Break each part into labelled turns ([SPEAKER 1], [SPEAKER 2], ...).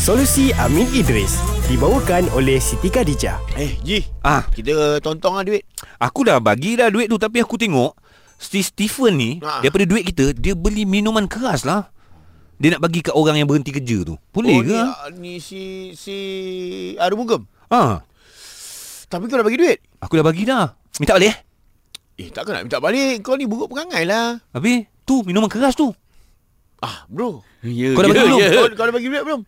[SPEAKER 1] Solusi Amin Idris dibawakan oleh Siti Khadijah.
[SPEAKER 2] Eh, Ji.
[SPEAKER 3] Ah,
[SPEAKER 2] Kita tontong lah duit.
[SPEAKER 3] aku dah bagi dah duit tu tapi aku tengok si Stephen ni
[SPEAKER 2] Ha.
[SPEAKER 3] daripada duit kita dia beli minuman keras lah. Dia nak bagi kat orang yang berhenti kerja tu. Boleh
[SPEAKER 2] Oh,
[SPEAKER 3] ke?
[SPEAKER 2] ni,
[SPEAKER 3] ah?
[SPEAKER 2] ah, ni si si Arumugam.
[SPEAKER 3] Ha.
[SPEAKER 2] Tapi kau dah bagi duit.
[SPEAKER 3] Aku dah bagi dah. Minta balik eh?
[SPEAKER 2] Eh, takkan nak minta balik. Kau ni buruk perangai lah.
[SPEAKER 3] Habis tu minuman keras tu.
[SPEAKER 2] Ah, bro.
[SPEAKER 4] Ya,
[SPEAKER 3] Kau dah
[SPEAKER 4] ya,
[SPEAKER 3] bagi belum?
[SPEAKER 4] ya.
[SPEAKER 2] Kau, kau dah bagi duit belum?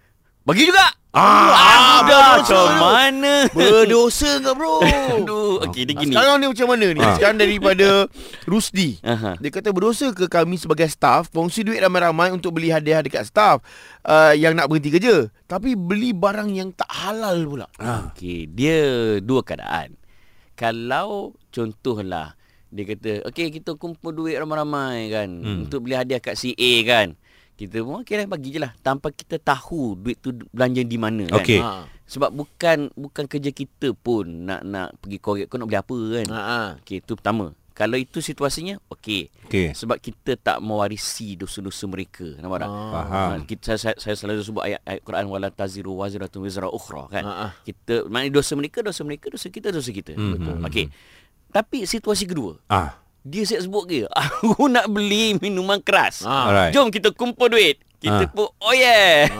[SPEAKER 4] Bagi juga.
[SPEAKER 2] Ah,
[SPEAKER 4] Ada
[SPEAKER 2] berdosa
[SPEAKER 4] macam
[SPEAKER 2] tu.
[SPEAKER 4] mana?
[SPEAKER 2] Berdosa kau, bro.
[SPEAKER 4] Aduh, okey dia
[SPEAKER 2] Ah,
[SPEAKER 4] gini.
[SPEAKER 2] Sekarang ni macam mana ni?
[SPEAKER 3] Ah.
[SPEAKER 2] Sekarang daripada Rusdi.
[SPEAKER 4] Aha.
[SPEAKER 2] Dia kata berdosa ke kami sebagai staff kongsi duit ramai-ramai untuk beli hadiah dekat staff uh, yang nak berhenti kerja. Tapi beli barang yang tak halal pula.
[SPEAKER 4] Okey, dia dua keadaan. Kalau contohlah dia kata, "Okey, kita kumpul duit ramai-ramai kan hmm. untuk beli hadiah kat CA kan." Kita pun okey lah bagi je lah tanpa kita tahu duit tu belanja di mana kan.
[SPEAKER 3] Okey.
[SPEAKER 2] Ha.
[SPEAKER 4] Sebab bukan bukan kerja kita pun nak nak pergi korek kau nak beli apa kan.
[SPEAKER 2] Ha. ha.
[SPEAKER 4] Okey, tu pertama. Kalau itu situasinya, okey.
[SPEAKER 3] Okey.
[SPEAKER 4] Sebab kita tak mewarisi dosa-dosa mereka. Nampak tak?
[SPEAKER 3] Ah. Faham.
[SPEAKER 4] Ha, Kita, saya, saya, saya selalu sebut ayat, ayat Quran wala taziru waziratun wizra ukhra kan.
[SPEAKER 3] Ah,
[SPEAKER 2] Ha, ha.
[SPEAKER 4] Kita maknanya dosa mereka, dosa mereka, dosa kita, dosa kita.
[SPEAKER 3] Hmm,
[SPEAKER 4] Betul.
[SPEAKER 3] hmm,
[SPEAKER 4] Okey. Tapi situasi kedua,
[SPEAKER 3] Ah.
[SPEAKER 4] dia siap sebut ke, aku nak beli minuman keras.
[SPEAKER 2] Ha.
[SPEAKER 3] Ah. Alright.
[SPEAKER 4] Jom kita kumpul duit. Kita
[SPEAKER 3] Ah.
[SPEAKER 4] pun oh yeah.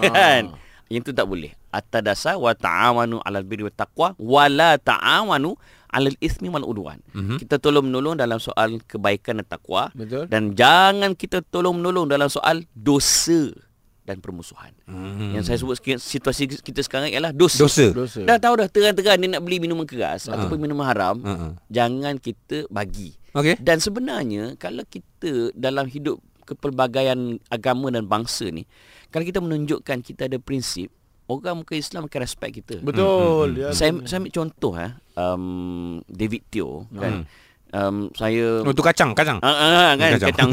[SPEAKER 2] Ah.
[SPEAKER 4] Kan? Yang tu tak boleh. Atas dasar wa ta'awanu 'alal birri wat taqwa wa la ta'awanu 'alal ithmi wal udwan.
[SPEAKER 3] Mhm.
[SPEAKER 4] Kita tolong menolong dalam soal kebaikan dan takwa
[SPEAKER 2] Betul.
[SPEAKER 4] dan jangan kita tolong menolong dalam soal dosa dan permusuhan.
[SPEAKER 3] Hmm.
[SPEAKER 4] Yang saya sebut sikit, situasi kita sekarang ialah dosa.
[SPEAKER 3] Dosa.
[SPEAKER 2] Dosa.
[SPEAKER 4] Dah tahu dah terang-terang dia nak beli minuman keras
[SPEAKER 3] Ha.
[SPEAKER 4] ataupun minuman haram,
[SPEAKER 3] Ha.
[SPEAKER 4] jangan kita bagi.
[SPEAKER 3] Okey.
[SPEAKER 4] Dan sebenarnya kalau kita dalam hidup kepelbagaian agama dan bangsa ni, kalau kita menunjukkan kita ada prinsip, orang muka Islam akan respect kita. Hmm.
[SPEAKER 2] Betul. Ya,
[SPEAKER 4] Saya saya ambil contoh eh um, David Teo kan. Um, saya
[SPEAKER 3] Oh, tu kacang, kacang.
[SPEAKER 4] Ah, ah, ah, kan
[SPEAKER 3] Kacang.
[SPEAKER 4] kacang.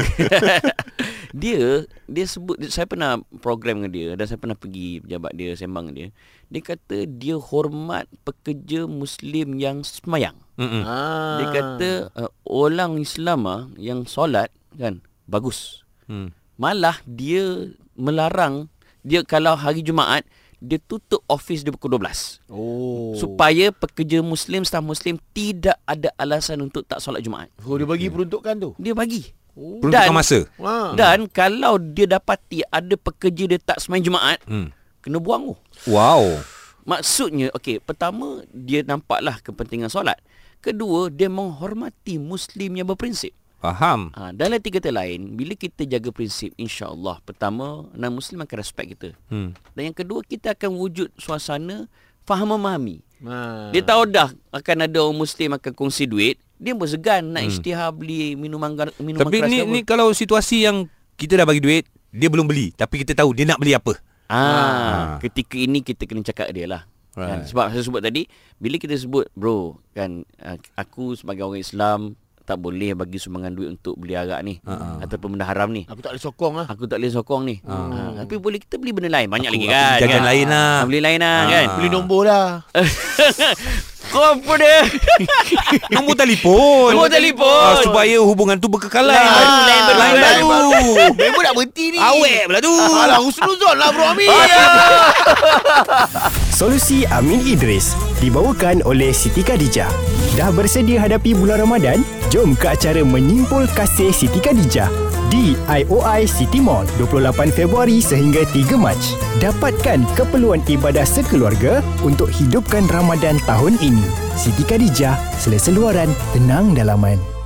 [SPEAKER 4] dia dia sebut dia- saya pernah program dengan dia dan saya pernah pergi pejabat dia sembang dengan dia. Dia kata dia hormat pekerja muslim yang semayang.
[SPEAKER 3] Hmm.
[SPEAKER 2] Ha.
[SPEAKER 4] Dia kata uh, orang Islam ah, yang solat kan bagus.
[SPEAKER 3] Hmm.
[SPEAKER 4] Malah dia melarang dia kalau hari Jumaat dia tutup office dia pukul 12.
[SPEAKER 2] Oh.
[SPEAKER 4] Supaya pekerja muslim staff muslim tidak ada alasan untuk tak solat Jumaat.
[SPEAKER 2] So Oh, dia bagi peruntukan tu.
[SPEAKER 4] Dia bagi.
[SPEAKER 2] Oh.
[SPEAKER 3] Peruntukan masa.
[SPEAKER 2] Ha.
[SPEAKER 3] Hmm.
[SPEAKER 4] Dan kalau dia dapati ada pekerja dia tak semain Jumaat,
[SPEAKER 3] Hmm.
[SPEAKER 4] kena buang tu.
[SPEAKER 3] Wow.
[SPEAKER 4] Maksudnya, okey, pertama dia nampaklah kepentingan solat. Kedua, dia menghormati muslim yang berprinsip.
[SPEAKER 3] Faham.
[SPEAKER 4] Ha, dalam tiga kata lain, bila kita jaga prinsip, insya-Allah, pertama, non-muslim akan respect kita.
[SPEAKER 3] Hmm.
[SPEAKER 4] Dan yang kedua, kita akan wujud suasana faham memahami.
[SPEAKER 2] Ha.
[SPEAKER 4] Dia tahu dah akan ada orang muslim akan kongsi duit, dia pun segan nak hmm. isytihar beli minuman gar- minuman
[SPEAKER 3] Tapi
[SPEAKER 4] keras
[SPEAKER 3] ni
[SPEAKER 4] ke apa.
[SPEAKER 3] ni kalau situasi yang kita dah bagi duit, dia belum beli tapi kita tahu dia nak beli apa.
[SPEAKER 4] Ah, ketika ini kita kena cakap dia lah. Kan?
[SPEAKER 3] Ha. Right.
[SPEAKER 4] Sebab saya sebut tadi, bila kita sebut bro, kan ah, aku sebagai orang Islam tak boleh bagi sumbangan duit untuk beli arak ni
[SPEAKER 3] Ha,
[SPEAKER 4] uh-huh. ataupun benda haram ni.
[SPEAKER 2] Aku tak boleh sokong lah.
[SPEAKER 4] Aku tak boleh sokong ni. Ah, tapi boleh kita beli benda lain banyak
[SPEAKER 3] Aku-
[SPEAKER 4] lagi
[SPEAKER 3] aku
[SPEAKER 4] kan.
[SPEAKER 3] jajan
[SPEAKER 4] kan?
[SPEAKER 3] lain lah.
[SPEAKER 4] Ah, beli lain lah
[SPEAKER 3] Ah.
[SPEAKER 4] kan.
[SPEAKER 2] Beli nombor lah.
[SPEAKER 4] Kau pun dia.
[SPEAKER 3] Nombor telefon.
[SPEAKER 4] Nombor telefon.
[SPEAKER 3] Ah, supaya hubungan tu berkekalan. Ah,
[SPEAKER 4] Lain baru,
[SPEAKER 2] Ah,
[SPEAKER 4] lain baru,
[SPEAKER 3] Lain
[SPEAKER 4] lain Ah,
[SPEAKER 3] baru.
[SPEAKER 2] Memang nak berhenti ni.
[SPEAKER 3] Awek pula tu.
[SPEAKER 2] Alah, husnuzon lah bro Amin.
[SPEAKER 1] Solusi Amin Idris dibawakan oleh Siti Khadijah. Dah bersedia hadapi bulan Ramadan? Jom ke acara Menyimpul Kasih Siti Khadijah di IOI City Mall 28 Februari sehingga 3 Mac. Dapatkan keperluan ibadah sekeluarga untuk hidupkan Ramadan tahun ini. Siti Khadijah, selesa luaran, tenang dalaman.